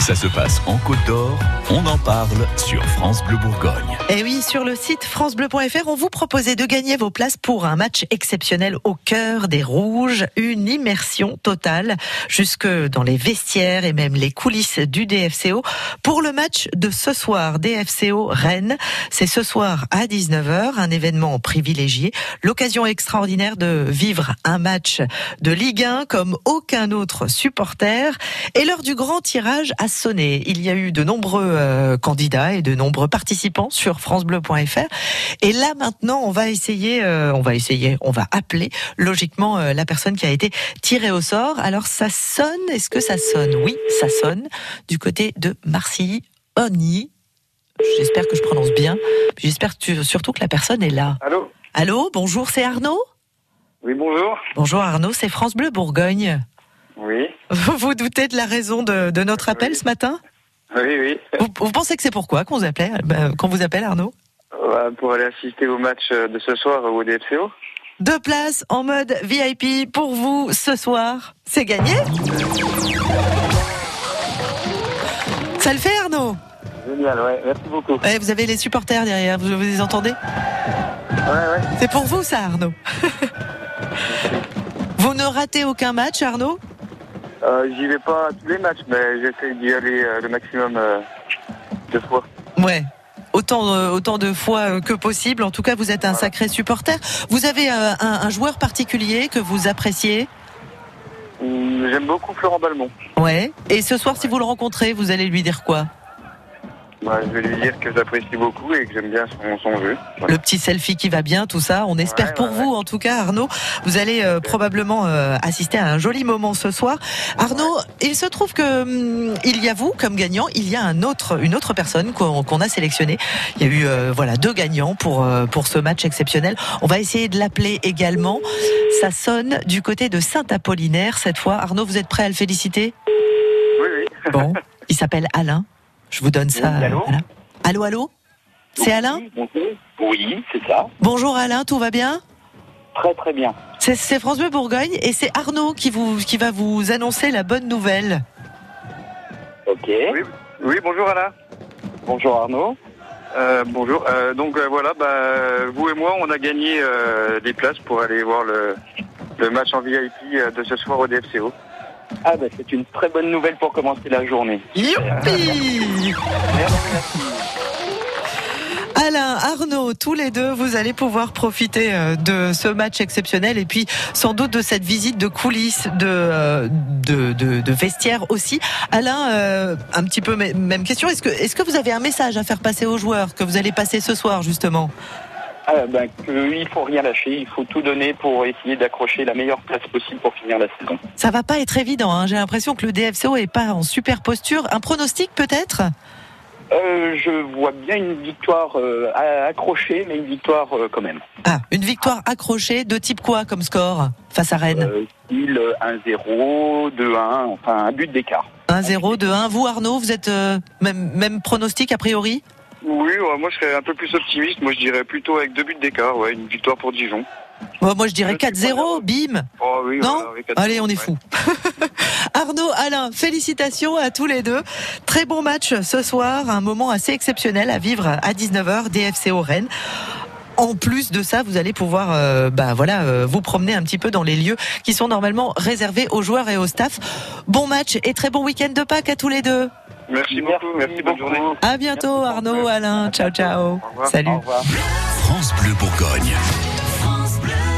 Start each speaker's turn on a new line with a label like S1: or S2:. S1: Ça se passe en Côte d'Or, on en parle sur France Bleu Bourgogne.
S2: Et Eh oui, sur le site francebleu.fr, on vous proposait de gagner vos places pour un match exceptionnel au cœur des Rouges, une immersion totale jusque dans les vestiaires et même les coulisses du DFCO pour le match de ce soir DFCO Rennes. C'est ce soir à 19h, un événement privilégié, l'occasion extraordinaire de vivre un match de Ligue 1 comme aucun autre supporter et l'heure du grand tirage a sonné. Il y a eu de nombreux euh, candidats et de nombreux participants sur francebleu.fr. Et là maintenant, on va essayer, euh, on va essayer, on va appeler logiquement euh, la personne qui a été tirée au sort. Alors ça sonne, est-ce que ça sonne Oui, ça sonne du côté de Marcilly Oni. J'espère que je prononce bien. J'espère tu- surtout que la personne est là.
S3: Allô
S2: Allô, bonjour, c'est Arnaud
S3: Oui, bonjour.
S2: Bonjour Arnaud, c'est France Bleu Bourgogne.
S3: Oui,
S2: Vous vous doutez de la raison de, de notre appel
S3: Oui.
S2: ce matin
S3: oui, oui.
S2: vous, vous pensez que c'est pourquoi qu'on vous appelait, euh, qu'on vous appelle Arnaud
S3: Euh, pour aller assister au match euh, de ce soir au DFCO
S2: Deux places en mode VIP pour vous ce soir. C'est gagné Ça le fait Arnaud
S3: Génial, ouais, merci beaucoup. Ouais,
S2: Ouais, Vous avez les supporters derrière, vous, vous les entendez
S3: ouais.
S2: C'est pour vous ça Arnaud. vous ne ratez aucun match Arnaud
S3: Euh, J'y vais pas à tous les matchs, mais j'essaie d'y aller euh, le maximum euh, de fois.
S2: Ouais. Autant, euh, autant de fois euh, que possible. En tout cas, vous êtes un
S3: Voilà.
S2: sacré supporter. Vous avez euh, un, un joueur particulier que vous appréciez
S3: Hum, J'aime beaucoup Florent Balmont.
S2: Ouais. Et ce soir, si vous le rencontrez, vous allez lui dire quoi
S3: Ouais, je vais lui dire que j'apprécie beaucoup et que j'aime bien son, son jeu. Voilà.
S2: le petit selfie qui va bien, tout ça. On espère
S3: Ouais,
S2: pour
S3: ouais,
S2: vous, en tout cas, Arnaud. Vous allez euh, probablement euh, assister à un joli moment ce soir. Arnaud, il se trouve que hum, il y a vous comme gagnant, il y a un autre, une autre personne qu'on qu'on a sélectionnée. Il y a eu euh, voilà deux gagnants pour euh, pour ce match exceptionnel. On va essayer de l'appeler également. Ça sonne du côté de Saint-Apollinaire cette fois. Arnaud, vous êtes prêt à le féliciter
S3: Oui, oui.
S2: Bon, il s'appelle Alain. Je vous donne ça.
S3: Oui, allô
S2: euh, voilà. Allô, allô C'est Alain
S4: Oui, c'est ça.
S2: Bonjour Alain, tout va bien
S4: Très très bien.
S2: C'est- C'est France Bleu Bourgogne et c'est Arnaud qui, vous, qui va vous annoncer la bonne nouvelle.
S4: Ok.
S3: Oui, bonjour Alain.
S4: Bonjour Arnaud.
S3: Euh, bonjour. Euh, donc euh, voilà, bah, vous et moi, on a gagné euh, des places pour aller voir le, le match en VIP euh, de ce soir au DFCO.
S4: Ah bah c'est une très bonne nouvelle pour commencer la journée.
S2: Youpi Alain, Arnaud, tous les deux, vous allez pouvoir profiter euh, de ce match exceptionnel et puis sans doute de cette visite de coulisses, de, euh, de, de, de vestiaires aussi. Alain, euh, un petit peu mê- même question, est-ce que, est ce que vous avez un message à faire passer aux joueurs que vous allez passer ce soir justement
S4: Ah bah que, il faut rien lâcher, il faut tout donner pour essayer d'accrocher la meilleure place possible pour finir la saison.
S2: Ça va pas être évident, hein. j'ai l'impression que le DFCO est pas en super posture. Un pronostic peut-être
S4: Euh, je vois bien une victoire euh, à- accrochée, mais une victoire euh, quand même.
S2: Ah, une victoire accrochée de type quoi comme score face à Rennes
S4: Euh, il euh, 1-0, 2-1, enfin un but d'écart.
S3: Euh,
S2: 1-0, 2-1. Vous Arnaud, vous êtes euh, même, même pronostic a priori
S3: Oui, ouais, moi je serais un peu plus optimiste. Moi je dirais plutôt avec deux buts d'écart, ouais, une victoire pour Dijon.
S2: Bon, Moi je dirais
S3: Je suis
S2: 4-0,
S3: preneur.
S2: bim
S3: Oh oui,
S2: Non
S3: voilà, avec quatre-
S2: Allez, on est
S3: ouais.
S2: fou. Arnaud, Alain, félicitations à tous les deux. Très bon match ce soir, un moment assez exceptionnel à vivre à 19h, DFCO Rennes. En plus de ça, vous allez pouvoir euh, bah, voilà, euh, vous promener un petit peu dans les lieux qui sont normalement réservés aux joueurs et au staff. Bon match et très bon week-end de Pâques à tous les deux.
S3: Merci, beaucoup, merci, bonne journée.
S2: À bientôt
S4: Merci,
S2: Arnaud,
S4: Franck.
S2: Alain. Ciao, ciao.
S3: Au revoir.
S2: Salut.
S4: Au revoir.
S1: France Bleu Bourgogne.
S5: France Bleu.